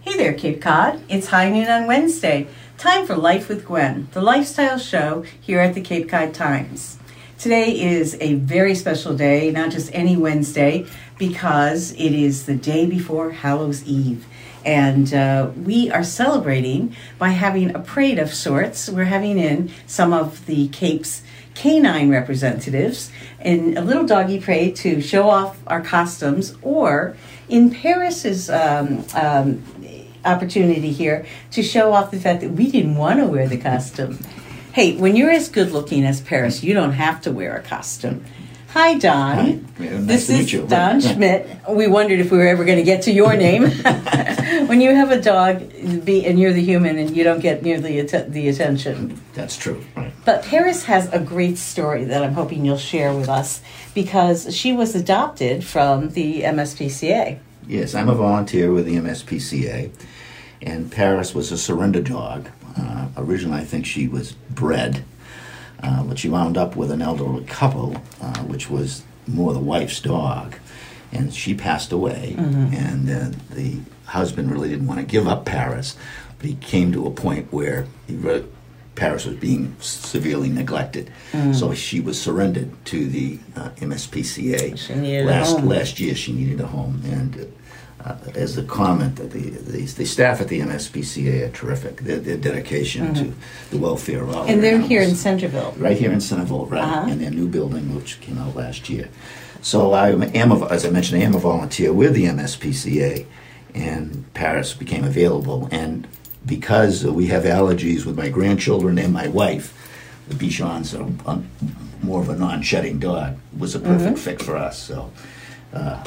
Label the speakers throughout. Speaker 1: Hey there, Cape Cod. It's high noon on Wednesday. Time for Life with Gwen, the lifestyle show here at the Cape Cod Times. Today is a very special day, not just any Wednesday, because it is the day before Hallows Eve. And uh, we are celebrating by having a parade of sorts. We're having in some of the Cape's canine representatives in a little doggy parade to show off our costumes, or in Paris's um, um, opportunity here to show off the fact that we didn't want to wear the costume. Hey, when you're as good looking as Paris, you don't have to wear a costume. Hi, Don.
Speaker 2: Hi. Yeah, nice
Speaker 1: this
Speaker 2: to meet
Speaker 1: is
Speaker 2: you.
Speaker 1: Don
Speaker 2: Yeah.
Speaker 1: Schmidt. We wondered if we were ever going to get to your name. when you have a dog, be and you're the human, and you don't get nearly atten- the attention.
Speaker 2: That's true. Right.
Speaker 1: But Paris has a great story that I'm hoping you'll share with us because she was adopted from the MSPCA.
Speaker 2: Yes, I'm a volunteer with the MSPCA, and Paris was a surrender dog. Uh, originally, I think she was bred, uh, but she wound up with an elderly couple, uh, which was more the wife's dog, and she passed away.
Speaker 1: Mm-hmm.
Speaker 2: And uh, the husband really didn't want to give up Paris, but he came to a point where he re- Paris was being severely neglected,
Speaker 1: Mm.
Speaker 2: so she was surrendered to the uh, MSPCA
Speaker 1: She needed a
Speaker 2: last
Speaker 1: home.
Speaker 2: last year she needed a home and uh, as a comment that the, the the staff at the MSPCA are terrific their, their dedication to the welfare of all
Speaker 1: Mm-hmm. And
Speaker 2: their
Speaker 1: they're here in
Speaker 2: animals.
Speaker 1: Centerville.
Speaker 2: right here in Centerville right
Speaker 1: Uh-huh.
Speaker 2: in their new building which came out last year so I am a, as I mentioned I am a volunteer with the MSPCA and Paris became available and because we have allergies with my grandchildren and my wife the Bichons are um, more of a non-shedding dog was a perfect fit for us so uh,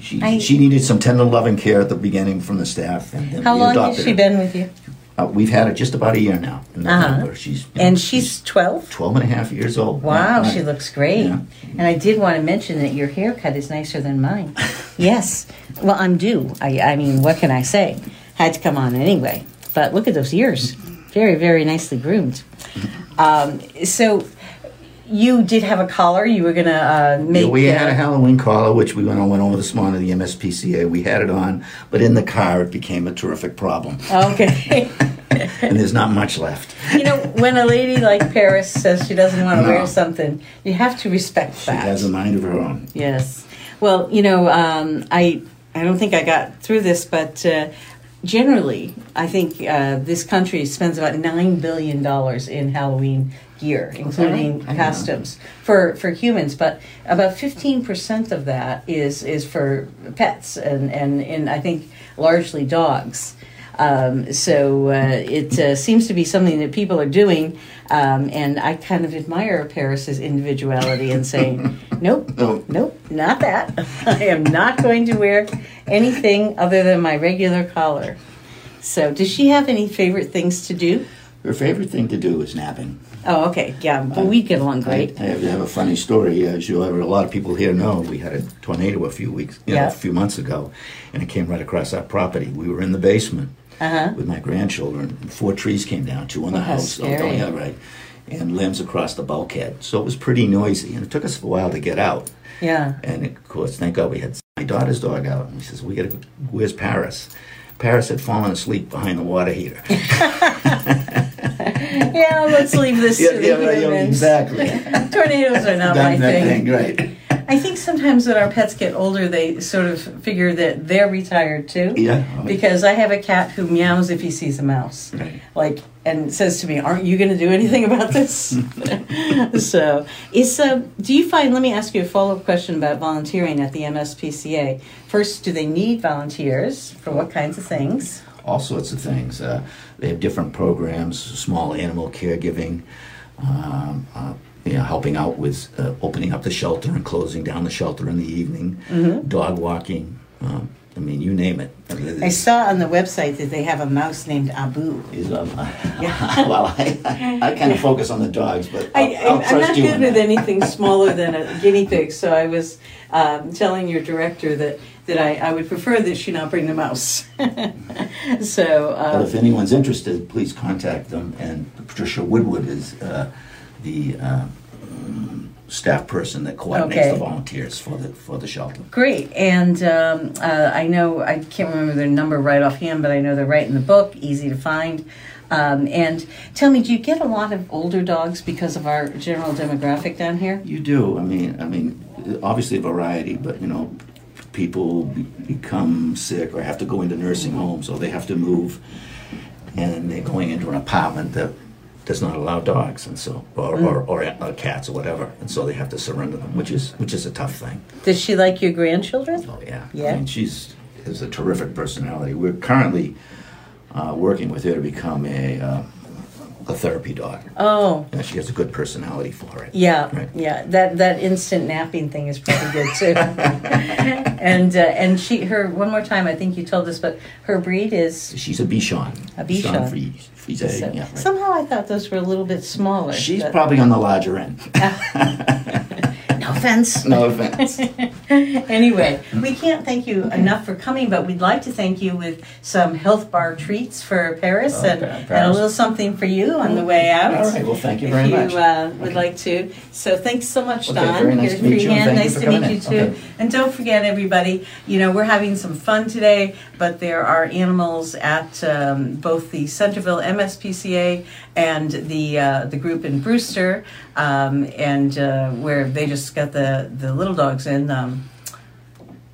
Speaker 2: she,
Speaker 1: Mm-hmm. I-
Speaker 2: she needed some tender loving care at the beginning from the staff and then
Speaker 1: How
Speaker 2: we
Speaker 1: long
Speaker 2: adopted
Speaker 1: has she
Speaker 2: her.
Speaker 1: been with you?
Speaker 2: Uh, we've had her just about a year now in
Speaker 1: Uh-huh.
Speaker 2: November she's
Speaker 1: And she's 12?
Speaker 2: 12 and a half years old
Speaker 1: Wow,
Speaker 2: Yeah.
Speaker 1: she looks great.
Speaker 2: Yeah.
Speaker 1: And I did want to mention that your haircut is nicer than mine. yes. Well, I'm due. I, I mean, what can I say? Had to come on anyway. But look at those ears. Very, very nicely groomed. Um, so you did have a collar you were going to uh, make.
Speaker 2: Yeah, we had
Speaker 1: uh,
Speaker 2: a Halloween collar, which we went on, went over this morning. The MSPCA, we had it on, but in the car, it became a terrific problem,
Speaker 1: Okay.
Speaker 2: and there's not much left.
Speaker 1: you know, when a lady like Paris says she doesn't want to wear
Speaker 2: No.
Speaker 1: something, you have to respect
Speaker 2: She
Speaker 1: that.
Speaker 2: has a mind of her own.
Speaker 1: Yes. Well, you know, um, I I don't think I got through this, but uh, generally, I think uh, this country spends about nine billion dollars in Halloween gear, including
Speaker 2: Oh, right? I know.
Speaker 1: costumes for for humans. But about fifteen percent of that is is for pets, and and and I think largely dogs. Um, so uh, it uh, seems to be something that people are doing, um, and I kind of admire Paris's individuality and saying, "Nope,
Speaker 2: No.
Speaker 1: Nope, not that. I am not going to wear anything other than my regular collar. So, does she have any favorite things to do?
Speaker 2: Her favorite thing to do is napping.
Speaker 1: Oh, okay, yeah, well, we'd get along great.
Speaker 2: I, I have, I have a funny story. As you, a lot of people here know, we had a tornado a few weeks, you know,
Speaker 1: Yeah.
Speaker 2: a few months ago, and it came right across our property. We were in the basement with my grandchildren. and Four trees came down, two on the
Speaker 1: Oh, Uh-huh. how
Speaker 2: house, oh,
Speaker 1: scary.
Speaker 2: yeah, right, and limbs across the bulkhead. So it was pretty noisy, and it took us a while to get out.
Speaker 1: Yeah.
Speaker 2: And of course, thank God we had my daughter's dog out. And he says, "We got to. Where's Paris?" Paris had fallen asleep behind the water heater.
Speaker 1: Yeah, let's leave this to the
Speaker 2: right,
Speaker 1: humans.
Speaker 2: exactly.
Speaker 1: Tornadoes are not my
Speaker 2: Done that
Speaker 1: thing.
Speaker 2: thing, right?
Speaker 1: I think sometimes when our pets get older, they sort of figure that they're retired too.
Speaker 2: Yeah.
Speaker 1: Because I have a cat who meows if he sees a mouse,
Speaker 2: Right.
Speaker 1: like, and says to me, "Aren't you going to do anything about this?" so, is uh, do you find? Let me ask you a follow up question about volunteering at the MSPCA. First, do they need volunteers for what kinds of things?
Speaker 2: all sorts of things. Uh, they have different programs, small animal caregiving, um, uh, you know, helping out with uh, opening up the shelter and closing down the shelter in the evening, dog walking. Um, I mean, you name it. I mean,
Speaker 1: Mm-hmm. I
Speaker 2: it's-
Speaker 1: saw on the website that they have a mouse named Abu.
Speaker 2: it's, um, well, I, I kind of focus on the dogs, but I'll,
Speaker 1: I,
Speaker 2: I, will
Speaker 1: I,
Speaker 2: trust
Speaker 1: I'm not
Speaker 2: you.
Speaker 1: good
Speaker 2: in
Speaker 1: with
Speaker 2: that.
Speaker 1: anything smaller than a guinea pig, so I was um, telling your director that, that I, I would prefer that she not bring the mouse. so,
Speaker 2: But
Speaker 1: uh,
Speaker 2: if anyone's interested, please contact them. And Patricia Woodward is uh, the uh, mm, staff person that coordinates
Speaker 1: Okay.
Speaker 2: the volunteers for the for the shelter.
Speaker 1: Great, and um, uh, I know I can't remember their number right offhand, but I know they're right in the book, easy to find. Um, and tell me, do you get a lot of older dogs because of our general demographic down here?
Speaker 2: You do. I mean, I mean, obviously a variety, but you know, people be- become sick or have to go into nursing homes or they have to move, and they're going into an apartment that does not allow dogs, and so or or, or, uh cats or whatever, and so they have to surrender them, which is which is a tough thing.
Speaker 1: Does she like your grandchildren?
Speaker 2: Oh yeah.
Speaker 1: Yeah.
Speaker 2: I mean, she's is a terrific personality. We're currently uh, working with her to become a uh, a therapy dog.
Speaker 1: Oh,
Speaker 2: Yeah, she has a good personality for it.
Speaker 1: yeah,
Speaker 2: Right.
Speaker 1: yeah. That that instant napping thing is pretty good too. and uh, and she her one more time. I think you told us, but her breed is.
Speaker 2: She's a Bichon.
Speaker 1: A Bichon.
Speaker 2: Frise- Frise, yeah, right.
Speaker 1: Somehow I thought those were a little bit smaller.
Speaker 2: She's
Speaker 1: but-
Speaker 2: probably on the larger end.
Speaker 1: no offense.
Speaker 2: no offense.
Speaker 1: Anyway, we can't thank you enough for coming, but we'd like to thank you with some health bar treats for Paris
Speaker 2: Okay,
Speaker 1: and, and a
Speaker 2: Paris.
Speaker 1: little something for you on the way out.
Speaker 2: All right. Well, thank you
Speaker 1: If
Speaker 2: very
Speaker 1: you
Speaker 2: much.
Speaker 1: uh, would like to. So thanks so much,
Speaker 2: Okay,
Speaker 1: Don.
Speaker 2: very nice
Speaker 1: Get a
Speaker 2: to meet
Speaker 1: free
Speaker 2: you, and
Speaker 1: hand.
Speaker 2: thank you
Speaker 1: nice
Speaker 2: for
Speaker 1: to meet
Speaker 2: coming
Speaker 1: you
Speaker 2: in.
Speaker 1: too.
Speaker 2: Okay.
Speaker 1: And don't forget, everybody, you know, we're having some fun today, but there are animals at um, both the Centerville MSPCA and the uh, the group in Brewster, um, and uh, where they just got the, the little dogs in. Um,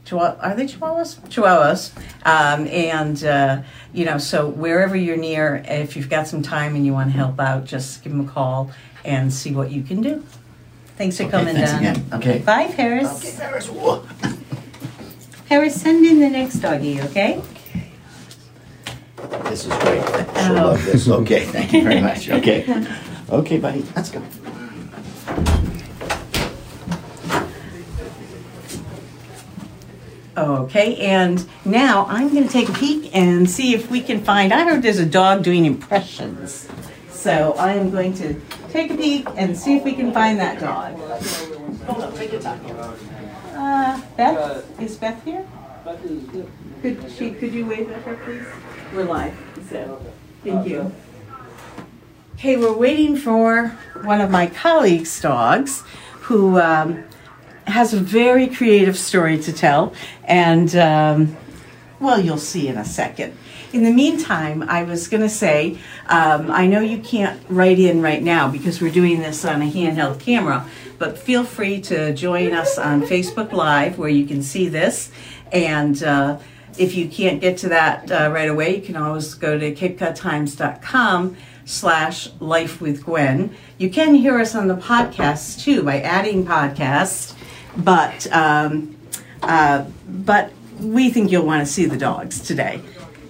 Speaker 1: Chihuahua, are they Chihuahuas? Chihuahuas. Um, and, uh, you know, so wherever you're near, if you've got some time and you want to help out, just give them a call and see what you can do. Thanks for
Speaker 2: Okay,
Speaker 1: coming,
Speaker 2: thanks
Speaker 1: Don.
Speaker 2: again. Okay.
Speaker 1: Bye, Paris.
Speaker 2: Okay, Paris. Whoa.
Speaker 1: Paris, send in the next doggy, okay?
Speaker 2: This is great. I
Speaker 1: Oh.
Speaker 2: love this. Okay. Thank you very much. Okay. Okay, buddy. Let's go.
Speaker 1: Okay, and now I'm going to take a peek and see if we can find. I heard there's a dog doing impressions. So I am going to take a peek and see if we can find that dog. Uh, Beth, is Beth here? Could she, could you wave at her, please? We're live, so, thank you. Okay, we're waiting for one of my colleagues' dogs who um, has a very creative story to tell, and um, well, you'll see in a second. In the meantime, I was going to say, um, I know you can't write in right now because we're doing this on a handheld camera, but feel free to join us on Facebook Live where you can see this. And uh, if you can't get to that uh, right away, you can always go to capecodtimes.com slash life with Gwen. You can hear us on the podcast too by adding podcast, but um, uh, but we think you'll want to see the dogs today.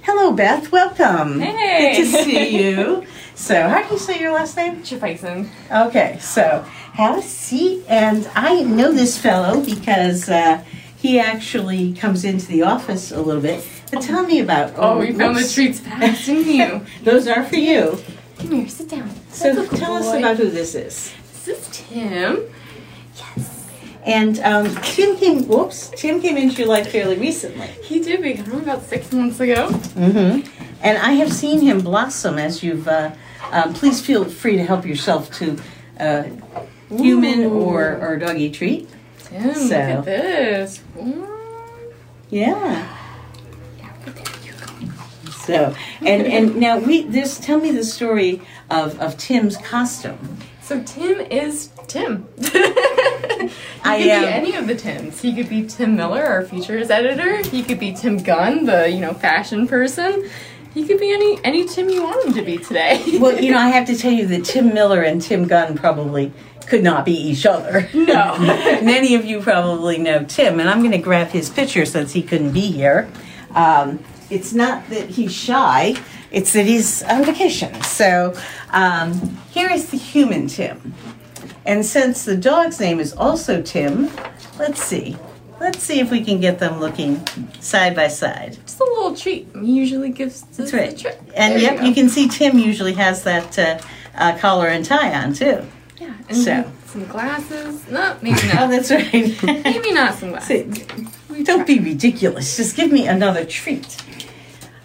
Speaker 1: Hello, Beth. Welcome.
Speaker 3: Hey.
Speaker 1: Good to see you. So, how do you say your last name?
Speaker 3: Mr. Bison.
Speaker 1: Okay, so have a seat, and I know this fellow because uh, he actually comes into the office a little bit. But tell me about.
Speaker 3: Oh, you found the
Speaker 1: oops.
Speaker 3: treats fast, didn't you?
Speaker 1: Those are for you.
Speaker 3: Come here, sit down.
Speaker 1: So
Speaker 3: That's a
Speaker 1: tell us
Speaker 3: boy.
Speaker 1: about who this is.
Speaker 3: This is Tim.
Speaker 1: And um, Tim came. Whoops, Tim came into your life fairly recently.
Speaker 3: He did become him about six months ago.
Speaker 1: Mm-hmm. And I have seen him blossom as you've. Uh, um, please feel free to help yourself to uh, human
Speaker 3: Ooh.
Speaker 1: or or doggy treat.
Speaker 3: Tim, look
Speaker 1: So.
Speaker 3: at this. Ooh.
Speaker 1: Yeah.
Speaker 3: Yeah, right there you go.
Speaker 1: So, and and now we this tell me the story of of Tim's costume.
Speaker 3: So Tim is Tim. he could
Speaker 1: I
Speaker 3: be
Speaker 1: am-
Speaker 3: any of the Tims. He could be Tim Miller, our features editor. He could be Tim Gunn, the you know fashion person. He could be any any Tim you want him to be today.
Speaker 1: Well, you know, I have to tell you that Tim Miller and Tim Gunn probably could not be each other.
Speaker 3: no.
Speaker 1: Many of you probably know Tim, and I'm going to grab his picture since he couldn't be here. Um, it's not that he's shy; it's that he's on vacation. So, um, here is the human Tim, and since the dog's name is also Tim, let's see. Let's see if we can get them looking side by side.
Speaker 3: Just a little treat. He usually gives this
Speaker 1: That's right.
Speaker 3: a treat.
Speaker 1: And
Speaker 3: There
Speaker 1: yep,
Speaker 3: go.
Speaker 1: you can see Tim usually has that uh, uh, collar and tie on too.
Speaker 3: Yeah, and
Speaker 1: So.
Speaker 3: some glasses. No, maybe
Speaker 1: Oh,
Speaker 3: not.
Speaker 1: that's right.
Speaker 3: maybe not some glasses.
Speaker 1: See, Don't be ridiculous. Just give me another treat.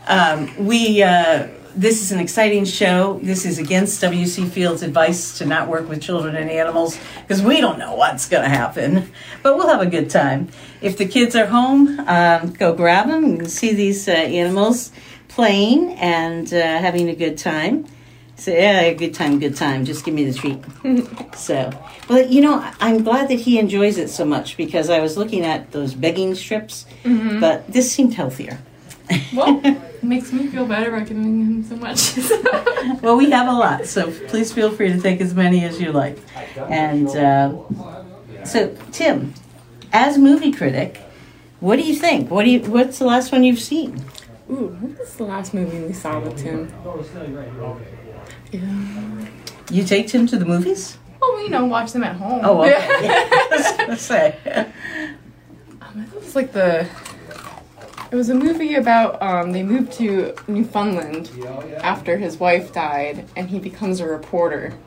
Speaker 1: Um, we uh, this is an exciting show. This is against W.C. Fields' advice to not work with children and animals because we don't know what's going to happen. But we'll have a good time. If the kids are home, um, go grab them. You can see these uh, animals playing and uh, having a good time. So, yeah, good time, good time. Just give me the treat. so, well, you know, I- I'm glad that he enjoys it so much because I was looking at those begging strips, but this seemed healthier.
Speaker 3: Well, it makes me feel better about giving him so much.
Speaker 1: Well, we have a lot, so please feel free to take as many as you like. And uh, so, Tim, as movie critic, what do you think? What do you? What's the last one you've seen?
Speaker 3: Ooh, what was the last movie we saw with Tim? Yeah.
Speaker 1: You take Tim to the movies?
Speaker 3: Well, you know, watch them at home.
Speaker 1: Oh, okay. I was gonna say.
Speaker 3: Um, I thought it was like the. It was a movie about um, they moved to Newfoundland after his wife died, and he becomes a reporter.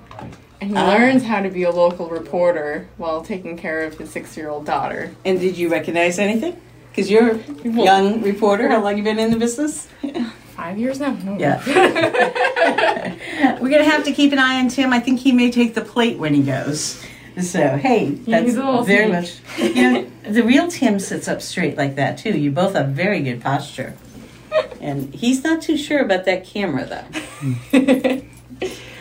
Speaker 3: And
Speaker 1: Ah.
Speaker 3: he learns how to be a local reporter while taking care of his six-year-old daughter.
Speaker 1: And did you recognize anything? Because you're a young reporter. How long you been in the business?
Speaker 3: Five years now. No.
Speaker 1: Yeah. We're gonna have to keep an eye on Tim. I think he may take the plate when he goes. So hey, that's
Speaker 3: He's a little
Speaker 1: very
Speaker 3: sneak.
Speaker 1: much. You know, the real Tim sits up straight like that too. You both have very good posture, and he's not too sure about that camera though.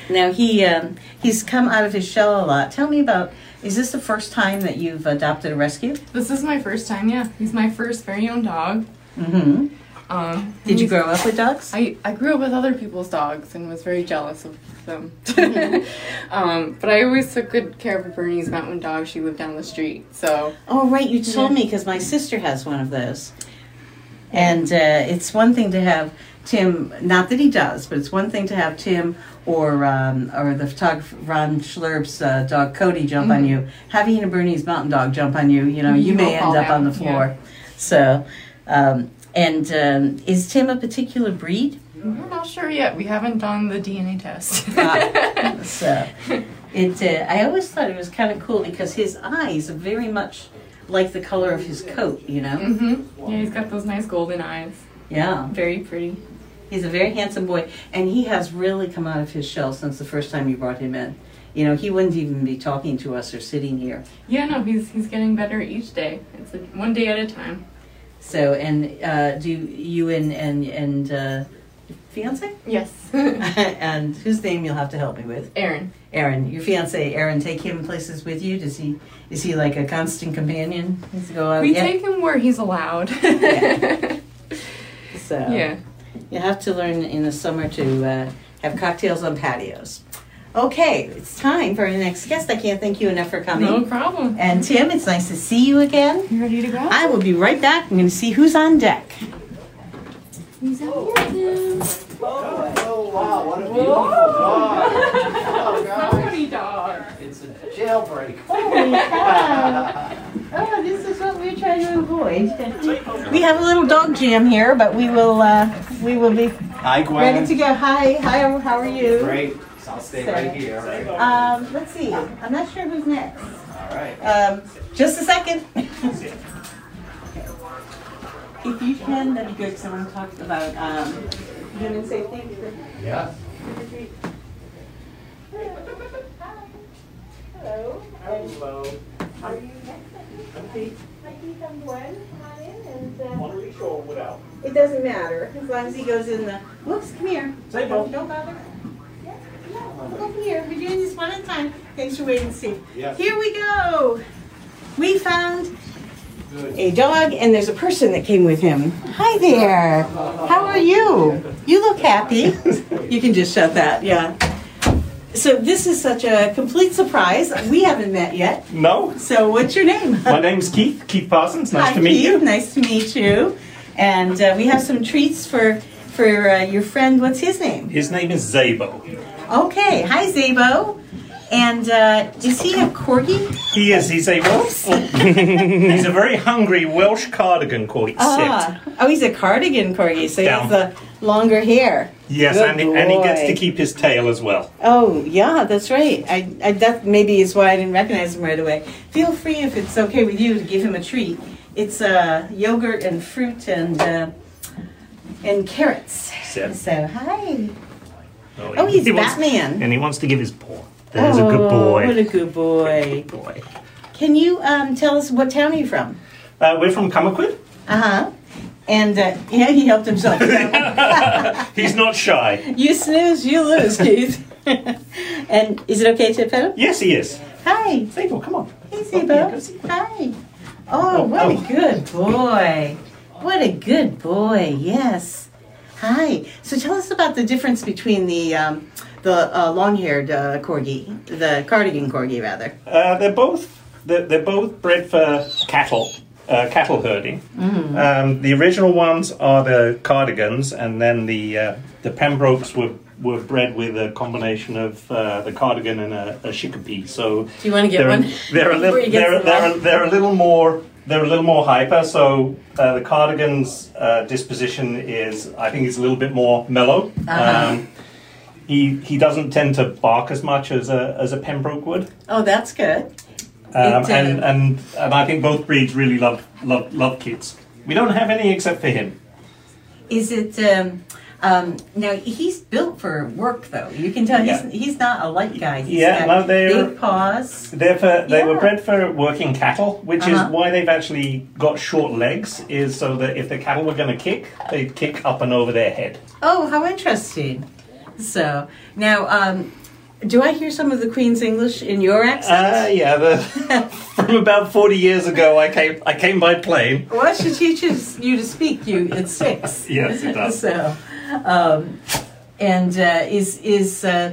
Speaker 1: Now he um, he's come out of his shell a lot. Tell me about. Is this the first time that you've adopted a rescue?
Speaker 3: this is my first time. Yeah, he's my first very own dog.
Speaker 1: Mm-hmm.
Speaker 3: Um,
Speaker 1: Did you grow up with dogs?
Speaker 3: I, I grew up with other people's dogs and was very jealous of them. um, but I always took good care of Bernie's mountain dog. She lived down the street. So,
Speaker 1: Oh, right, you told me because my sister has one of those. And uh, it's one thing to have Tim, not that he does, but it's one thing to have Tim or um, or the photographer Ron Schlerb's uh, dog Cody jump
Speaker 3: Mm-hmm.
Speaker 1: on you. Having a Bernese mountain dog jump on you, you know, you,
Speaker 3: You
Speaker 1: may
Speaker 3: will
Speaker 1: end
Speaker 3: Mm-hmm. fall
Speaker 1: up on
Speaker 3: down,
Speaker 1: the floor. So, um, and um, is Tim a particular breed?
Speaker 3: we're not sure yet. We haven't done the DNA test.
Speaker 1: Ah, so it uh, I always thought it was kind of cool because his eyes are very much like the color of his coat, you know?
Speaker 3: hmm Yeah, he's got those nice golden eyes.
Speaker 1: Yeah.
Speaker 3: Very pretty.
Speaker 1: He's a very handsome boy, and he has really come out of his shell since the first time you brought him in. You know, he wouldn't even be talking to us or sitting here.
Speaker 3: Yeah, no, he's he's getting better each day. It's like one day at a time.
Speaker 1: So, and uh, do you and and and uh, fiance
Speaker 3: Yes.
Speaker 1: and whose name you'll have to help me with,
Speaker 3: Aaron.
Speaker 1: Aaron, your fiance, Aaron, take him places with you. Does he is he like a constant companion? Does he go out?
Speaker 3: we
Speaker 1: Uh, Yeah.
Speaker 3: take him where he's allowed.
Speaker 1: Yeah.
Speaker 3: yeah.
Speaker 1: So you have to learn in the summer to uh, have cocktails on patios. Okay, it's time for our next guest. I can't thank you enough for coming.
Speaker 3: No problem.
Speaker 1: And Tim, it's nice to see you again.
Speaker 3: You ready to go?
Speaker 1: I will be right back. I'm going to see who's on deck.
Speaker 3: He's out here, Tim.
Speaker 4: Oh, wow, what a beautiful dog. Oh, God.
Speaker 3: Somebody dog.
Speaker 4: It's a jailbreak.
Speaker 1: Oh, this is what we're trying to avoid. We have a little dog jam here, but we will uh, we will be
Speaker 4: Hi,
Speaker 1: ready to go. Hi, hi, how are you?
Speaker 4: Great. So I'll stay right here. All right.
Speaker 1: Um, let's see. I'm not sure who's next.
Speaker 4: All right.
Speaker 1: Um, just a second. If you can, that'd be good. Someone talked about um, human safety.
Speaker 4: Yeah.
Speaker 5: Hello. Are you next?
Speaker 6: Mikey, come Gwen, come on in, and uh,
Speaker 5: Want to reach or without?
Speaker 1: It doesn't matter as long as he goes in the. Whoops, come here.
Speaker 5: Say
Speaker 1: Don't,
Speaker 5: both.
Speaker 1: don't bother. Yeah, yeah, look over here. We're doing this one at a time. Thanks for waiting, Steve.
Speaker 5: Yes.
Speaker 1: Here we go. We found
Speaker 5: Good.
Speaker 1: a dog, and there's a person that came with him. Hi there. How are you? You look happy. you can just shut that. Yeah. So this is such a complete surprise. We haven't met yet.
Speaker 5: No,
Speaker 1: So what's your name?
Speaker 5: my name's Keith, Keith Parsons. Nice
Speaker 1: Hi,
Speaker 5: to meet
Speaker 1: Keith.
Speaker 5: you.
Speaker 1: Nice to meet you. And uh, we have some treats for for uh, your friend. What's his name?
Speaker 5: His name is Zabo.
Speaker 1: Okay. Hi, Zabo. And uh, is he a corgi?
Speaker 5: He is, he's a Welsh. he's a very hungry Welsh cardigan quite set.
Speaker 1: oh, he's a cardigan corgi, so he has
Speaker 5: Down.
Speaker 1: the longer hair.
Speaker 5: Yes,
Speaker 1: Good
Speaker 5: and, he- and he gets
Speaker 1: boy.
Speaker 5: to keep his tail as well.
Speaker 1: Oh, yeah, that's right. I, I that maybe is why I didn't recognize him right away. Feel free if it's okay with you to give him a treat. It's uh, yogurt and fruit and uh, and carrots.
Speaker 5: Seb.
Speaker 1: So hi. Oh, he's
Speaker 5: wants-
Speaker 1: Batman.
Speaker 5: and he wants to give his paw. There's a good boy.
Speaker 1: Oh, What a good boy.
Speaker 5: boy.
Speaker 1: Can you um, tell us what town are you from?
Speaker 5: Uh, we're from Cummerquid.
Speaker 1: Uh huh. And uh, yeah, he helped himself.
Speaker 5: He's not shy.
Speaker 1: you snooze, you lose, Keith. and is it okay to pet him?
Speaker 5: Yes, he is.
Speaker 1: Hi.
Speaker 5: Sable, come on.
Speaker 1: Hey, Zebo. Hi. Oh, what a good boy. What a good boy. Yes. Hi. So tell us about the difference between the um, the uh, long-haired uh, corgi, the cardigan corgi, rather.
Speaker 5: Uh, they're both they're, they're both bred for cattle uh, cattle herding.
Speaker 3: Mm.
Speaker 5: Um, the original ones are the cardigans, and then the uh, the Pembrokes were were bred with a combination of uh, the cardigan and a, a chickpea. So
Speaker 3: Do you want to get
Speaker 5: they're,
Speaker 3: one?
Speaker 5: they're a
Speaker 3: Before he gets
Speaker 5: little they're,
Speaker 3: them
Speaker 5: they're,
Speaker 3: off.
Speaker 5: they're a little more they're a little more hyper. So uh, the cardigan's uh, disposition is I think it's a little bit more mellow.
Speaker 3: Uh-huh.
Speaker 5: Um, he, he doesn't tend to bark as much as a, as a Pembroke would.
Speaker 1: Oh, that's good. It,
Speaker 5: Um,
Speaker 1: uh,
Speaker 5: and, and and I think both breeds really love love love kids. We don't have any except for him.
Speaker 1: Is it? Um, um, now he's built for work, though. You can tell
Speaker 5: Yeah.
Speaker 1: he's he's not a light guy. He's
Speaker 5: Yeah,
Speaker 1: got
Speaker 5: no, they're-
Speaker 1: big paws.
Speaker 5: They're for, they were
Speaker 1: Yeah.
Speaker 5: bred for working cattle, which
Speaker 1: Uh-huh.
Speaker 5: is why they've actually got short legs. Is so that if the cattle were going to kick, they'd kick up and over their head.
Speaker 1: Oh, how interesting! So now, um, do I hear some of the Queen's English in your
Speaker 5: Ah,
Speaker 1: accent?
Speaker 5: yeah. The, from about forty years ago, I came I came by plane.
Speaker 1: well, she teaches you to speak you at six.
Speaker 5: Yes, it does.
Speaker 1: So, um, and uh, is is uh,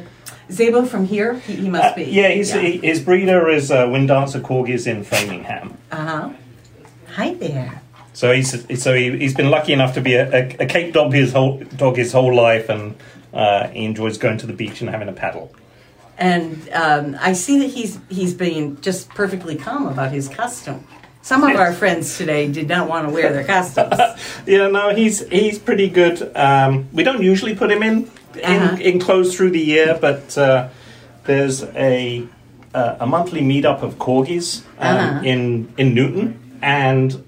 Speaker 1: Zabo from here? He, he must
Speaker 5: Uh,
Speaker 1: be.
Speaker 5: yeah, he's, He, his breeder is uh, Windancer Corgis in Framingham.
Speaker 1: Uh huh. Hi there.
Speaker 5: So he's so he, he's been lucky enough to be a, a, a Cape dog his whole dog his whole life, and uh, he enjoys going to the beach and having a paddle.
Speaker 1: and um, I see that he's he's being just perfectly calm about his costume. Some of our friends today did not want to wear their costumes.
Speaker 5: Yeah, no, he's he's pretty good. Um, we don't usually put him in in,
Speaker 1: Uh-huh.
Speaker 5: in clothes through the year, but uh, there's a uh, a monthly meetup of corgis um,
Speaker 1: Uh-huh.
Speaker 5: in in Newton, and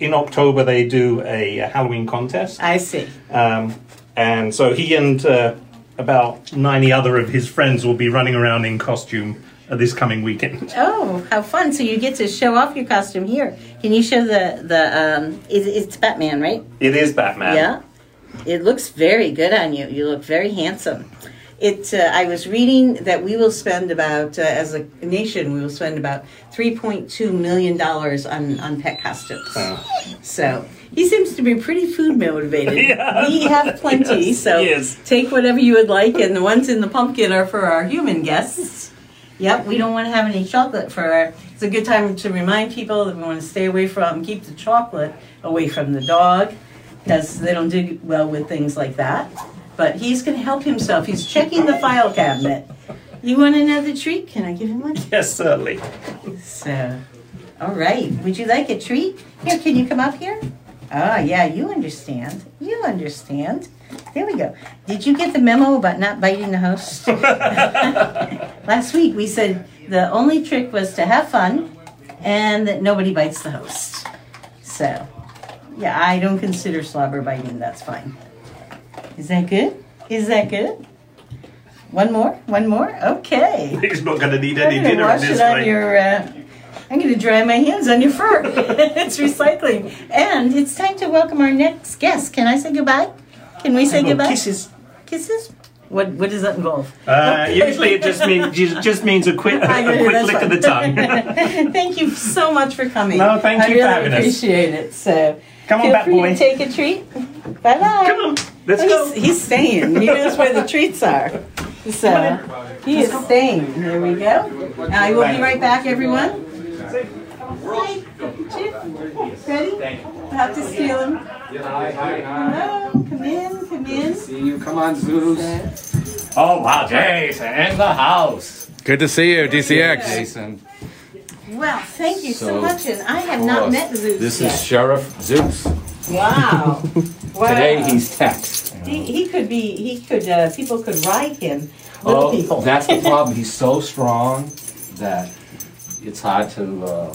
Speaker 5: in October they do a Halloween contest.
Speaker 1: I see.
Speaker 5: Um, and so he and uh, about 90 other of his friends will be running around in costume uh, this coming weekend.
Speaker 1: Oh, how fun! So you get to show off your costume here. Can you show the the? Um, it, it's Batman, right?
Speaker 5: It is Batman.
Speaker 1: Yeah. It looks very good on you. You look very handsome. It. Uh, I was reading that we will spend about, uh, as a nation, we will spend about three point two million dollars on on pet costumes. So he seems to be pretty food motivated.
Speaker 5: Yeah.
Speaker 1: We have plenty,
Speaker 5: Yes,
Speaker 1: so
Speaker 5: yes.
Speaker 1: take whatever you would like, and the ones in the pumpkin are for our human guests. Yep, we don't want to have any chocolate for our. It's a good time to remind people that we want to stay away from, keep the chocolate away from the dog, because they don't do well with things like that. But he's going to help himself. He's checking the file cabinet. You want another treat? Can I give him one?
Speaker 5: Yes, certainly.
Speaker 1: So, all right. Would you like a treat? Here, can you come up here? Oh, yeah, you understand. You understand. There we go. Did you get the memo about not biting the host? Last week we said the only trick was to have fun and that nobody bites the host. So, yeah, I don't consider slobber biting. That's fine. Is that good? Is that good? One more? One more? Okay.
Speaker 5: He's not going to need
Speaker 1: I'm
Speaker 5: any
Speaker 1: gonna
Speaker 5: dinner
Speaker 1: wash
Speaker 5: at this
Speaker 1: it on
Speaker 5: rate.
Speaker 1: your. Uh, I'm going to dry my hands on your fur. it's recycling, and it's time to welcome our next guest. Can I say goodbye? Can we say
Speaker 5: Oh,
Speaker 1: goodbye?
Speaker 5: kisses.
Speaker 1: Kisses. What What does that involve?
Speaker 5: Uh,
Speaker 1: Okay.
Speaker 5: Usually it just means just, just means a quick
Speaker 1: I
Speaker 5: a
Speaker 1: agree,
Speaker 5: quick
Speaker 1: that's
Speaker 5: lick of the
Speaker 1: fine.
Speaker 5: tongue.
Speaker 1: thank you so much for coming.
Speaker 5: No, thank
Speaker 1: I
Speaker 5: you for
Speaker 1: really
Speaker 5: having us.
Speaker 1: appreciate it. So
Speaker 5: Come on
Speaker 1: feel
Speaker 5: back,
Speaker 1: free
Speaker 5: boy.
Speaker 1: to take a treat. Bye bye.
Speaker 5: Come on, let's
Speaker 1: He's,
Speaker 5: go.
Speaker 1: he's staying. He knows where the treats are. So he is staying. Here we go. I will be right back, everyone. Hi, Chip. Ready? Have to steal him.
Speaker 4: Hi, hi, hi.
Speaker 1: Hello. Come in. Come in.
Speaker 4: See you. Come on, Zeus.
Speaker 7: Oh wow, Jason in the house.
Speaker 8: Good to see you, DCX.
Speaker 7: Jason.
Speaker 1: Well, thank you so,
Speaker 7: So,
Speaker 1: much, and I have not
Speaker 7: course.
Speaker 1: met Zeus
Speaker 7: This
Speaker 1: yet.
Speaker 7: is Sheriff Zeus.
Speaker 1: wow. wow.
Speaker 7: Today he's taxed.
Speaker 1: He, he could be. He could. Uh, people could ride him. Little
Speaker 7: Oh,
Speaker 1: people.
Speaker 7: that's the problem. He's so strong that it's hard to uh,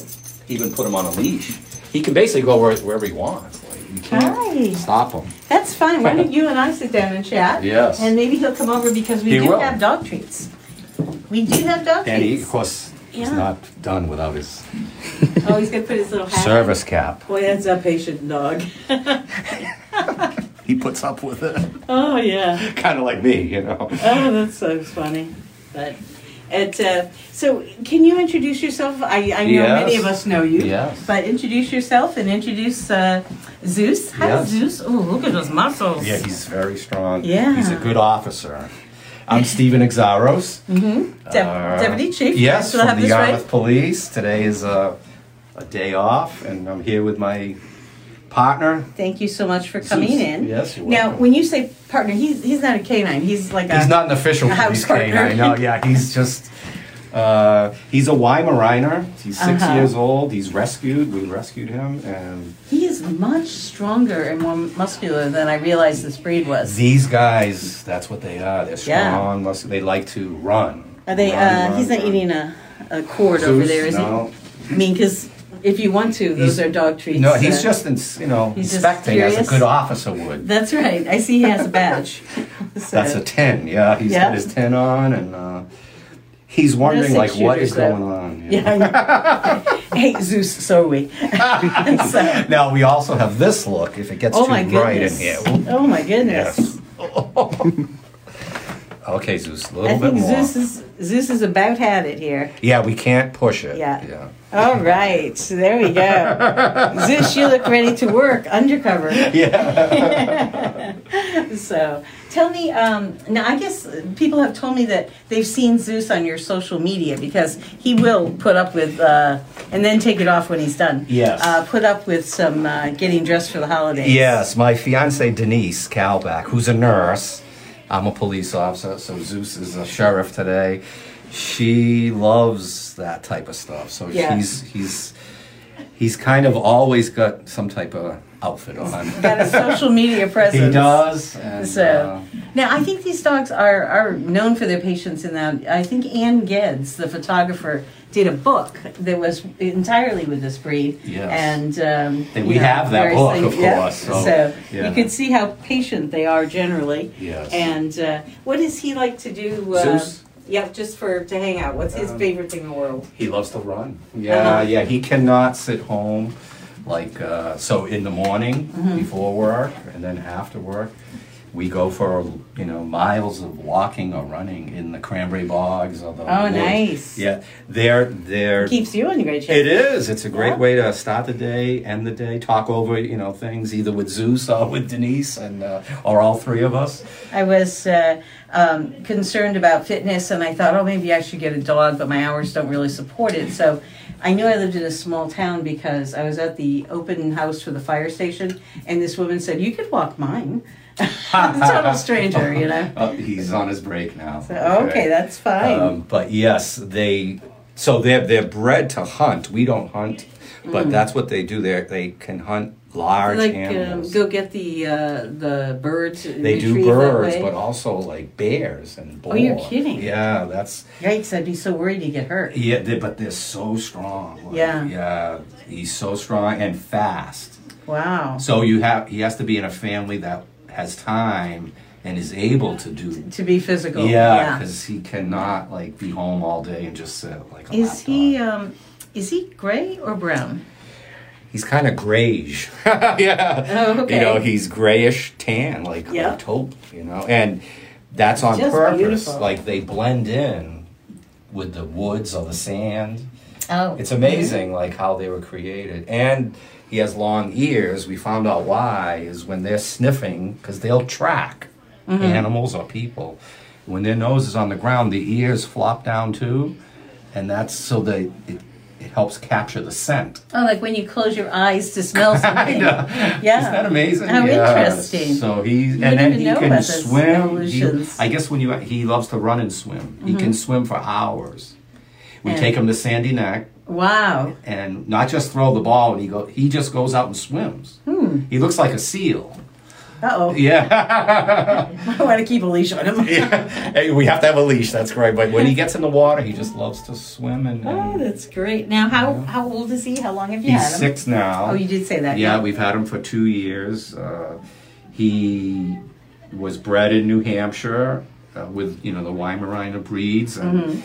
Speaker 7: even put him on a leash. He can basically go where, wherever he wants. Like, You can't
Speaker 1: Hi.
Speaker 7: stop them.
Speaker 1: That's fine. Why don't you and I sit down and chat?
Speaker 7: Yes.
Speaker 1: And maybe he'll come over because we
Speaker 7: He
Speaker 1: do
Speaker 7: will.
Speaker 1: have dog treats. We do have dog
Speaker 7: And he, of
Speaker 1: treats.
Speaker 7: course, he's
Speaker 1: Yeah.
Speaker 7: not done without his
Speaker 1: Oh, he's gonna put his little hat. on.
Speaker 7: service cap.
Speaker 1: Boy, that's a patient dog.
Speaker 7: He puts up with it,
Speaker 1: oh yeah.
Speaker 7: kind of like me, you know.
Speaker 1: Oh, that's so funny. But it, uh, so, can you introduce yourself? I, I know many
Speaker 7: Yes.
Speaker 1: of us know you.
Speaker 7: Yes.
Speaker 1: But introduce yourself and introduce uh, Zeus. Hi,
Speaker 7: Yes.
Speaker 1: Zeus. Oh, look at those muscles.
Speaker 7: Yeah, he's very strong.
Speaker 1: Yeah.
Speaker 7: He's a good officer. I'm Stephen Exaros.
Speaker 1: De-
Speaker 7: Uh,
Speaker 1: Deputy Chief.
Speaker 7: Yes,
Speaker 1: Still have
Speaker 7: from the
Speaker 1: this right?
Speaker 7: Yarmouth Police. Today is a, a day off, and I'm here with my partner.
Speaker 1: Thank you so much for coming
Speaker 7: Zeus.
Speaker 1: in.
Speaker 7: Yes, you're
Speaker 1: Now,
Speaker 7: welcome.
Speaker 1: when you say partner, he's, he's not a canine. He's like a.
Speaker 7: He's not an official
Speaker 1: a house
Speaker 7: police canine.
Speaker 1: partner.
Speaker 7: No, yeah, he's just. Uh, he's a Weimaraner. He's 6
Speaker 1: Uh-huh.
Speaker 7: years old. He's rescued. We rescued him, and
Speaker 1: He is much stronger and more muscular than I realized this breed was.
Speaker 7: these guys—that's what they are. They're
Speaker 1: Yeah.
Speaker 7: strong. muscular. They like to run.
Speaker 1: Are they?
Speaker 7: Run,
Speaker 1: Uh,
Speaker 7: run,
Speaker 1: he's not
Speaker 7: run.
Speaker 1: eating a, a cord
Speaker 7: Zeus?
Speaker 1: over there, is he?
Speaker 7: no.
Speaker 1: I mean, because if you want to, those
Speaker 7: He's-
Speaker 1: are dog treats.
Speaker 7: No, he's
Speaker 1: uh,
Speaker 7: just in, you know
Speaker 1: he's just
Speaker 7: inspecting as a
Speaker 1: curious?
Speaker 7: good officer would.
Speaker 1: That's right. I see he has a badge. So-
Speaker 7: That's a ten. Yeah, he's
Speaker 1: Yeah.
Speaker 7: got his ten on, and uh, he's wondering
Speaker 1: six
Speaker 7: like what
Speaker 1: shooters,
Speaker 7: is
Speaker 1: though.
Speaker 7: going on.
Speaker 1: Yeah. I know. hey, Zeus, so are we. So-
Speaker 7: Now we also have this look. If it gets
Speaker 1: oh
Speaker 7: too
Speaker 1: my
Speaker 7: bright in
Speaker 1: goodness.
Speaker 7: here.
Speaker 1: Oh my goodness.
Speaker 7: Yes. Okay, Zeus, a little
Speaker 1: I
Speaker 7: bit
Speaker 1: think
Speaker 7: more.
Speaker 1: Zeus is Zeus is about had it here.
Speaker 7: yeah, we can't push it.
Speaker 1: Yeah.
Speaker 7: yeah.
Speaker 1: All right, so there we go. Zeus, you look ready to work undercover. Yeah. so, tell me. Um, now, I guess people have told me that they've seen Zeus on your social media because he will put up with uh, and then take it off when he's done.
Speaker 7: Yes.
Speaker 1: Uh, put up with some uh, getting dressed for the holidays.
Speaker 7: Yes, my fiance Denise Kalback, who's a nurse. I'm a police officer, so Zeus is a sheriff today. She loves that type of stuff. So
Speaker 1: Yeah.
Speaker 7: he's he's he's kind of always got some type of outfit on.
Speaker 1: Got a social media presence.
Speaker 7: he does. And,
Speaker 1: So
Speaker 7: uh,
Speaker 1: now I think these dogs are, are known for their patience in that. I think Ann Geddes, the photographer, did a book that was entirely with this breed.
Speaker 7: Yes.
Speaker 1: And um,
Speaker 7: And
Speaker 1: you
Speaker 7: we have that
Speaker 1: various
Speaker 7: book,
Speaker 1: things-
Speaker 7: of
Speaker 1: yeah.
Speaker 7: course, so, yeah.
Speaker 1: you can see how patient they are generally.
Speaker 7: Yes.
Speaker 1: And uh, what does he like to do? Uh,
Speaker 7: Zeus?
Speaker 1: Yeah, just for to hang out. What's his
Speaker 7: Um,
Speaker 1: favorite thing in the world?
Speaker 7: He loves to run. Yeah,
Speaker 1: Uh-huh.
Speaker 7: yeah. He cannot sit home, like uh, so in the morning
Speaker 1: Mm-hmm.
Speaker 7: before work and then after work. We go for you know miles of walking or running in the cranberry bogs or the
Speaker 1: Oh,
Speaker 7: woods.
Speaker 1: nice.
Speaker 7: Yeah, they're they're.
Speaker 1: Keeps you in great shape.
Speaker 7: it is. It's a great
Speaker 1: Yeah.
Speaker 7: way to start the day, end the day, talk over you know things either with Zeus or with Denise and uh, or all three of us.
Speaker 1: I was uh, um, concerned about fitness, and I thought, oh, maybe I should get a dog, but my hours don't really support it. So I knew I lived in a small town because I was at the open house for the fire station, and this woman said, "You could walk mine." Total stranger, you know.
Speaker 7: Uh, he's on his break now.
Speaker 1: So, okay, that's fine.
Speaker 7: Um, but yes, they so they're they're bred to hunt. We don't hunt, but that's what they do. They they can hunt large
Speaker 1: Mm. like um,
Speaker 7: animals.
Speaker 1: go get the uh, the birds.
Speaker 7: they do
Speaker 1: retrieve that
Speaker 7: birds,
Speaker 1: way.
Speaker 7: but also like bears and boar.
Speaker 1: Oh, you're kidding.
Speaker 7: Yeah, that's
Speaker 1: yikes! I'd be so worried you get hurt.
Speaker 7: yeah. They, but they're so strong. like,
Speaker 1: Yeah.
Speaker 7: yeah. He's so strong and fast.
Speaker 1: Wow.
Speaker 7: So you have he has to be in a family that has time and is able to do.
Speaker 1: to be physical.
Speaker 7: Yeah, because he cannot like be home all day and just sit like a
Speaker 1: Is he
Speaker 7: lapdog.
Speaker 1: um, is he gray or brown?
Speaker 7: He's kind of grayish. yeah.
Speaker 1: Oh, okay.
Speaker 7: You know, he's grayish tan, like,
Speaker 1: Yeah.
Speaker 7: like taupe, you know, and that's on
Speaker 1: Just
Speaker 7: purpose.
Speaker 1: beautiful.
Speaker 7: Like, they blend in with the woods or the sand.
Speaker 1: Oh,
Speaker 7: It's amazing, like, how they were created. And he has long ears. We found out why is when they're sniffing, because they'll track
Speaker 1: Mm-hmm.
Speaker 7: animals or people. When their nose is on the ground, the ears flop down too, and that's so they it, it helps capture the scent.
Speaker 1: Oh, like when you close your eyes to smell something. Yeah.
Speaker 7: Isn't that amazing?
Speaker 1: How
Speaker 7: Yeah.
Speaker 1: interesting.
Speaker 7: So he and
Speaker 1: didn't
Speaker 7: then
Speaker 1: even
Speaker 7: he
Speaker 1: know
Speaker 7: can
Speaker 1: about those
Speaker 7: swim. He-
Speaker 1: evolutions. Mm-hmm.
Speaker 7: I guess when you he loves to run and swim. He can swim for hours. We
Speaker 1: And-
Speaker 7: take him to Sandy Neck
Speaker 1: Wow.
Speaker 7: and
Speaker 1: Hmm.
Speaker 7: not just throw the ball. And he go he just goes out and swims. He looks like a seal.
Speaker 1: Uh-oh.
Speaker 7: Yeah.
Speaker 1: I want to keep a leash on him.
Speaker 7: Hey, we have to have a leash. That's great. But when he gets in the water, he just loves to swim. And,
Speaker 1: Oh,
Speaker 7: and
Speaker 1: that's great. Now, how how old is he? How long have you
Speaker 7: he's
Speaker 1: had him?
Speaker 7: six now.
Speaker 1: Oh, you did say that.
Speaker 7: Yeah, we've had him for two years. Uh, he was bred in New Hampshire uh, with you know the Weimaraner breeds, and,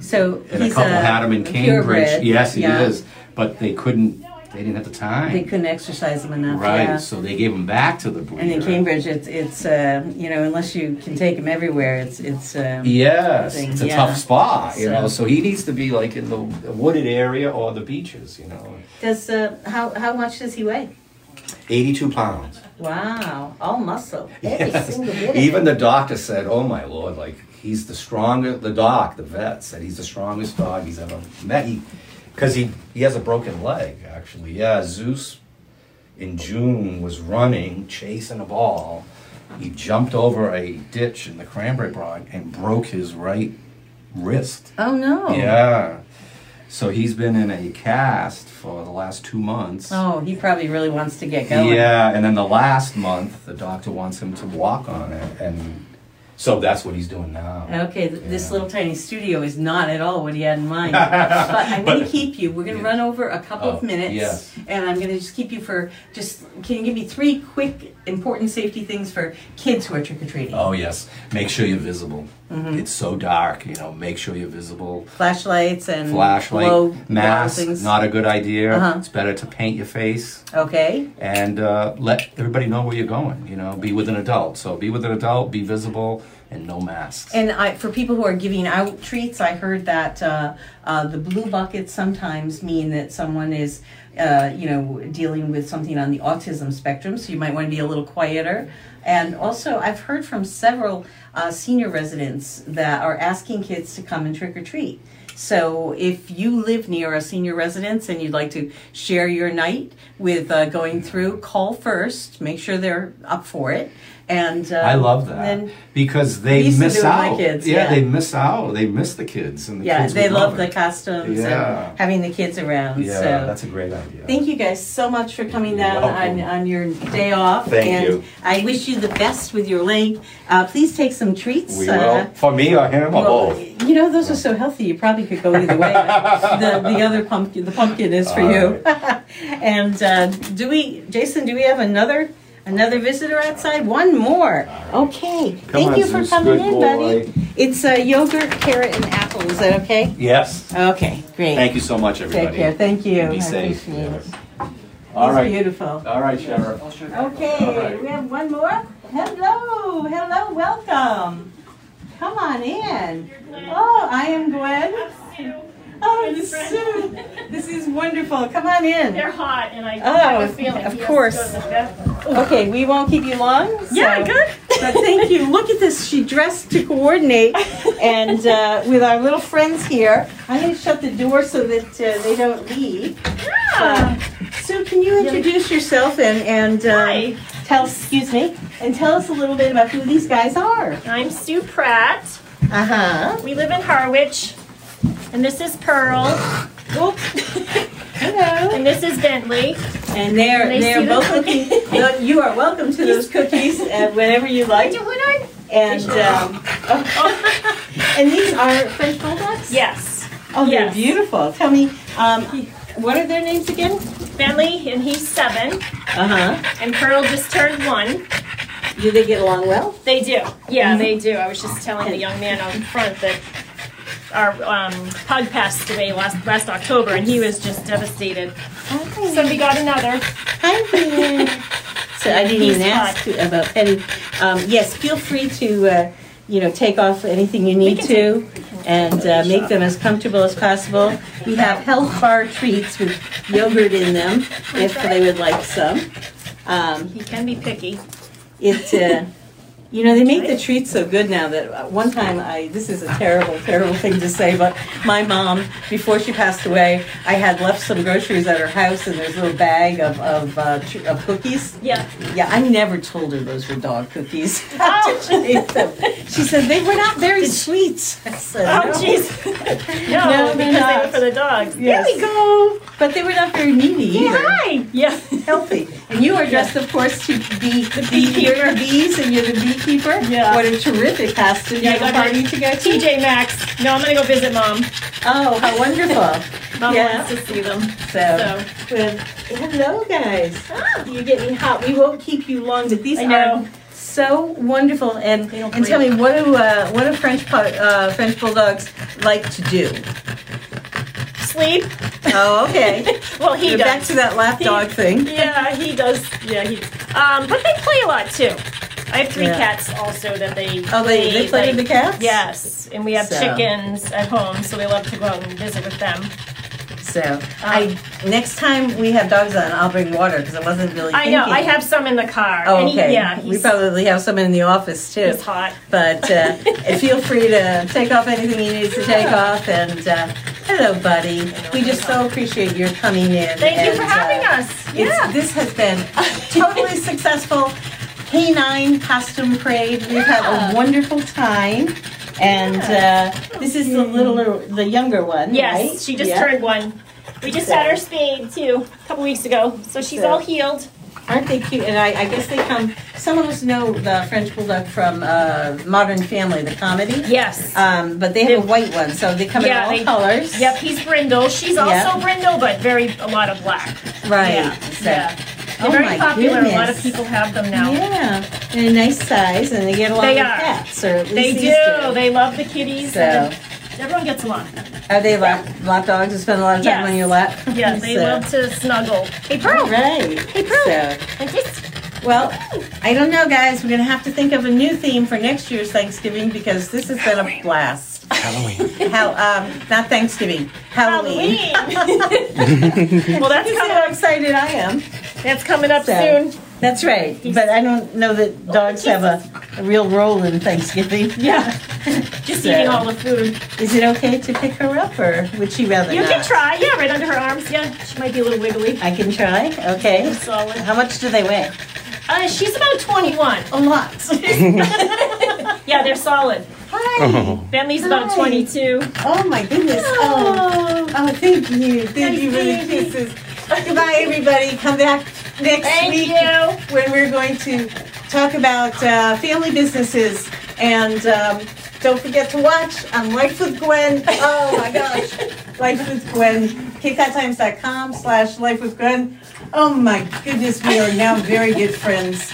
Speaker 1: So
Speaker 7: and a
Speaker 1: Mm-hmm. he's
Speaker 7: couple had him in
Speaker 1: a
Speaker 7: Cambridge.
Speaker 1: purebred.
Speaker 7: Yes, he
Speaker 1: Yeah.
Speaker 7: is, but they couldn't. They didn't have the time.
Speaker 1: They couldn't exercise him enough.
Speaker 7: Right,
Speaker 1: Yeah.
Speaker 7: so they gave him back to the breeder.
Speaker 1: And in Cambridge, it's it's uh, you know unless you can take him everywhere, it's it's um,
Speaker 7: Yes,
Speaker 1: thing,
Speaker 7: it's a
Speaker 1: yeah.
Speaker 7: tough spot, you know.
Speaker 1: So-
Speaker 7: So he needs to be like in the wooded area or the beaches, you know.
Speaker 1: Does uh, how how much does he weigh?
Speaker 7: Eighty-two pounds.
Speaker 1: Wow, all muscle. Every
Speaker 7: Yes.
Speaker 1: single bit of
Speaker 7: Even
Speaker 1: it.
Speaker 7: the doctor said, "Oh my lord!" Like he's the strongest. The doc, the vet, said he's the strongest dog he's ever met. He, because he he has a broken leg actually. Yeah, Zeus in June was running, chasing a ball. He jumped over a ditch in the cranberry bog and broke his right wrist.
Speaker 1: Oh no.
Speaker 7: Yeah. So he's been in a cast for the last two months.
Speaker 1: Oh, he probably really wants to get going.
Speaker 7: Yeah, and then the last month, the doctor wants him to walk on it, and so that's what he's doing now.
Speaker 1: Okay, th- this
Speaker 7: Yeah.
Speaker 1: little tiny studio is not at all what he had in mind. but I'm going to
Speaker 7: But-
Speaker 1: keep you. We're going to
Speaker 7: Yeah.
Speaker 1: run over a couple of
Speaker 7: Oh,
Speaker 1: minutes,
Speaker 7: yes.
Speaker 1: and I'm going to just keep you for just. Can you give me three quick important safety things for kids who are trick or treating?
Speaker 7: Oh yes, make sure you're visible.
Speaker 1: Mm-hmm.
Speaker 7: It's so dark, you know. Make sure you're visible.
Speaker 1: Flashlights and
Speaker 7: Flashlight,
Speaker 1: glow
Speaker 7: mask,
Speaker 1: things.
Speaker 7: not a good idea.
Speaker 1: Uh-huh.
Speaker 7: It's better to paint your face
Speaker 1: okay.
Speaker 7: and uh, let everybody know where you're going. You know, be with an adult. So be with an adult, be visible, and no masks.
Speaker 1: And I, for people who are giving out treats, I heard that uh, uh, the blue buckets sometimes mean that someone is, uh, you know, dealing with something on the autism spectrum. So you might want to be a little quieter. And also, I've heard from several uh, senior residents that are asking kids to come and trick or treat. So if you live near a senior residence and you'd like to share your night with uh, going through, call first. Make sure they're up for it. And uh,
Speaker 7: I love that
Speaker 1: Then
Speaker 7: because they
Speaker 1: used to do
Speaker 7: miss
Speaker 1: it with my
Speaker 7: out.
Speaker 1: kids,
Speaker 7: yeah,
Speaker 1: yeah.
Speaker 7: they miss out. They miss the kids and the
Speaker 1: Yeah,
Speaker 7: kids.
Speaker 1: they
Speaker 7: would
Speaker 1: love
Speaker 7: it.
Speaker 1: the costumes
Speaker 7: Yeah.
Speaker 1: and having the kids around.
Speaker 7: Yeah,
Speaker 1: so
Speaker 7: that's a great idea.
Speaker 1: thank you guys so much for coming down on,
Speaker 7: welcome.
Speaker 1: on your day off.
Speaker 7: Thank
Speaker 1: and
Speaker 7: you.
Speaker 1: I wish you the best with your leg. Uh, please take some treats.
Speaker 7: We
Speaker 1: uh,
Speaker 7: will. For me or him or
Speaker 1: well,
Speaker 7: both.
Speaker 1: you know those are so healthy. You probably could go either way. but the the other pumpkin, the pumpkin is for
Speaker 7: All
Speaker 1: you. and uh, do we, Jason? Do we have another another visitor outside? One more. Okay. Thank
Speaker 7: on,
Speaker 1: you for
Speaker 7: Zeus,
Speaker 1: coming
Speaker 7: good
Speaker 1: in, buddy.
Speaker 7: boy.
Speaker 1: It's uh, yogurt, carrot, and apple. Is that okay?
Speaker 7: Yes.
Speaker 1: Okay, great.
Speaker 7: Thank you so much, everybody.
Speaker 1: Take care. Thank you.
Speaker 7: Be
Speaker 1: I
Speaker 7: safe.
Speaker 1: appreciate it.
Speaker 7: Yes. All
Speaker 1: He's
Speaker 7: right.
Speaker 1: beautiful.
Speaker 7: All right, Sheriff.
Speaker 1: Okay,
Speaker 7: right.
Speaker 1: we have one more. Hello, hello, welcome. Come on in. Oh, I am Gwen. Oh, it's Sue. This is wonderful. Come on in.
Speaker 9: They're hot, and I
Speaker 1: Oh,
Speaker 9: have a feeling.
Speaker 1: of
Speaker 9: he has to
Speaker 1: course.
Speaker 9: go to the bathroom.
Speaker 1: Okay, we won't keep you long.
Speaker 9: Yeah,
Speaker 1: so-
Speaker 9: good.
Speaker 1: But thank you. Look at this. She dressed to coordinate, and uh, with our little friends here, I'm going to shut the door so that uh, they don't leave.
Speaker 9: Yeah.
Speaker 1: So, can you introduce yourself and and uh,
Speaker 9: Hi.
Speaker 1: tell excuse me and tell us a little bit about who these guys are?
Speaker 9: I'm Sue Pratt.
Speaker 1: Uh huh.
Speaker 9: We live in Harwich, and this is Pearl,
Speaker 1: Hello.
Speaker 9: and this is Bentley.
Speaker 1: And they're
Speaker 9: They
Speaker 1: they're
Speaker 9: see the
Speaker 1: both
Speaker 9: cookie.
Speaker 1: looking. no, you are welcome to those cookies uh, whenever you like. And um,
Speaker 9: Oh.
Speaker 1: and these are French bulldogs.
Speaker 9: Yes,
Speaker 1: Oh,
Speaker 9: Yes.
Speaker 1: they're beautiful. Tell me, um, what are their names again?
Speaker 9: Bentley, and he's seven,
Speaker 1: Uh huh.
Speaker 9: and Pearl just turned one.
Speaker 1: Do they get along well?
Speaker 9: They do. Yeah, they do. I was just telling the young man out front that our um, pug passed away last last October, and he was just devastated. So we got another.
Speaker 1: Hi there. so I didn't
Speaker 9: He's
Speaker 1: even ask you about Penny. Um, yes, feel free to, uh, you know, take off anything you need to and uh, make them as comfortable as possible. We have health bar treats with yogurt in them if they would like some. Um,
Speaker 9: He can be picky.
Speaker 1: it, uh, you know, they make the treats so good now that uh, one time I, this is a terrible, terrible thing to say, but my mom, before she passed away, I had left some groceries at her house and there's a little bag of, of, uh, tr- of cookies.
Speaker 9: Yeah.
Speaker 1: Yeah, I never told her those were dog cookies. After she ate them. She said they were not very sweet. I said,
Speaker 9: Oh,
Speaker 1: "No."
Speaker 9: jeez. No,
Speaker 1: No, they're
Speaker 9: because they
Speaker 1: not.
Speaker 9: were for the dogs.
Speaker 1: Yes.
Speaker 9: There we go.
Speaker 1: But they were not very needy either.
Speaker 9: Hi. Yeah.
Speaker 1: Healthy. And you are dressed, of course, to be the
Speaker 9: beekeeper.
Speaker 1: bees, and you're the beekeeper.
Speaker 9: Yeah.
Speaker 1: What a terrific costume!
Speaker 9: Yeah,
Speaker 1: you have a
Speaker 9: I got
Speaker 1: party to go to.
Speaker 9: TJ Maxx. No, I'm gonna go visit mom.
Speaker 1: Oh, how wonderful!
Speaker 9: Mom
Speaker 1: Yeah. Oh.
Speaker 9: wants to see them.
Speaker 1: So,
Speaker 9: So.
Speaker 1: well, hello, guys. You're getting hot. We won't keep you long, but these
Speaker 9: I know.
Speaker 1: are so wonderful. And
Speaker 9: They don't
Speaker 1: and tell me,
Speaker 9: breathe.
Speaker 1: what do uh, what do French pu- uh, French bulldogs like to do?
Speaker 9: Sleep.
Speaker 1: Oh, okay.
Speaker 9: Well, he
Speaker 1: We're
Speaker 9: does.
Speaker 1: back to that lap dog thing.
Speaker 9: Yeah, he does. Yeah, he. Um, but they play a lot too. I have three
Speaker 1: Yeah.
Speaker 9: cats also that they.
Speaker 1: Oh, they, they play
Speaker 9: like-
Speaker 1: with the cats.
Speaker 9: Yes, and we have
Speaker 1: So.
Speaker 9: chickens at home, so we love to go out and visit with them.
Speaker 1: So, I next time we have dogs on, I'll bring water because I wasn't really.
Speaker 9: I know. I
Speaker 1: thinking.
Speaker 9: have some in the car.
Speaker 1: Oh,
Speaker 9: and he-
Speaker 1: okay.
Speaker 9: yeah,
Speaker 1: we
Speaker 9: he's,
Speaker 1: probably have someone in the office too.
Speaker 9: he's hot.
Speaker 1: But uh, and feel free to take off anything you need to take off. And uh, hello, buddy. We just so appreciate your coming in.
Speaker 9: Thank you for
Speaker 1: and,
Speaker 9: having
Speaker 1: uh,
Speaker 9: us.
Speaker 1: it's-
Speaker 9: Yeah.
Speaker 1: this has been totally successful. Canine costume parade. We've had a wonderful time. And uh, this is the littler, the younger one.
Speaker 9: Mm. Yes,
Speaker 1: right?
Speaker 9: she just
Speaker 1: Yeah.
Speaker 9: turned one. We just
Speaker 1: So.
Speaker 9: had her spayed too a couple weeks ago, so she's
Speaker 1: So.
Speaker 9: all healed.
Speaker 1: Aren't they cute? And I, I guess they come. Some of us know the French bulldog from uh, Modern Family, the comedy.
Speaker 9: Yes.
Speaker 1: Um, but they have a white one, so they come
Speaker 9: Yeah,
Speaker 1: in all
Speaker 9: they-
Speaker 1: colors.
Speaker 9: Uh, Yep, he's brindle. She's also
Speaker 1: Yeah.
Speaker 9: brindle, but very a lot of black.
Speaker 1: Right.
Speaker 9: Yeah.
Speaker 1: So-
Speaker 9: yeah. They're
Speaker 1: Oh my
Speaker 9: very popular. A lot
Speaker 1: goodness.
Speaker 9: of people have them now.
Speaker 1: Yeah. And a nice size, and they get along
Speaker 9: They
Speaker 1: with
Speaker 9: are.
Speaker 1: cats, or at least
Speaker 9: They
Speaker 1: these
Speaker 9: do. They love the kitties.
Speaker 1: so,
Speaker 9: and everyone gets along.
Speaker 1: are they lap, lap dogs? that spend a lot of time
Speaker 9: Yes.
Speaker 1: on your lap.
Speaker 9: Yeah, they
Speaker 1: So-
Speaker 9: love to snuggle. Hey,
Speaker 1: All
Speaker 9: Pearl.
Speaker 1: right.
Speaker 9: Hey, Pearl.
Speaker 1: So,
Speaker 9: I just-
Speaker 1: well, I don't know, guys. We're gonna have to think of a new theme for next year's Thanksgiving because this has been a blast. Halloween. How? Um, not Thanksgiving. Halloween.
Speaker 9: Halloween. well, that's
Speaker 1: You see
Speaker 9: coming
Speaker 1: how
Speaker 9: up.
Speaker 1: excited I am.
Speaker 9: That's coming up
Speaker 1: So-
Speaker 9: soon.
Speaker 1: That's right. But I don't know that dogs have a, a real role in Thanksgiving.
Speaker 9: Yeah. Just
Speaker 1: So.
Speaker 9: eating all the food.
Speaker 1: Is it okay to pick her up, or would she rather
Speaker 9: You
Speaker 1: not?
Speaker 9: can try. Yeah, right under her arms. Yeah, she might be a little wiggly.
Speaker 1: I can try. Okay.
Speaker 9: Solid.
Speaker 1: How much do they weigh?
Speaker 9: Uh, she's about 21.
Speaker 1: A lot.
Speaker 9: Yeah, they're solid.
Speaker 1: Hi.
Speaker 8: Oh.
Speaker 9: Bentley's about
Speaker 1: Hi.
Speaker 9: 22.
Speaker 1: Oh my goodness. Oh. Oh, thank you. Thank you for the kisses. Goodbye, everybody. Come back next
Speaker 9: Thank
Speaker 1: week
Speaker 9: you.
Speaker 1: when we're going to talk about uh, family businesses. And um, don't forget to watch on Life with Gwen. Oh my gosh. Life with Gwen. KCOTTimes.com slash Life with Gwen. Oh my goodness, we are now very good friends.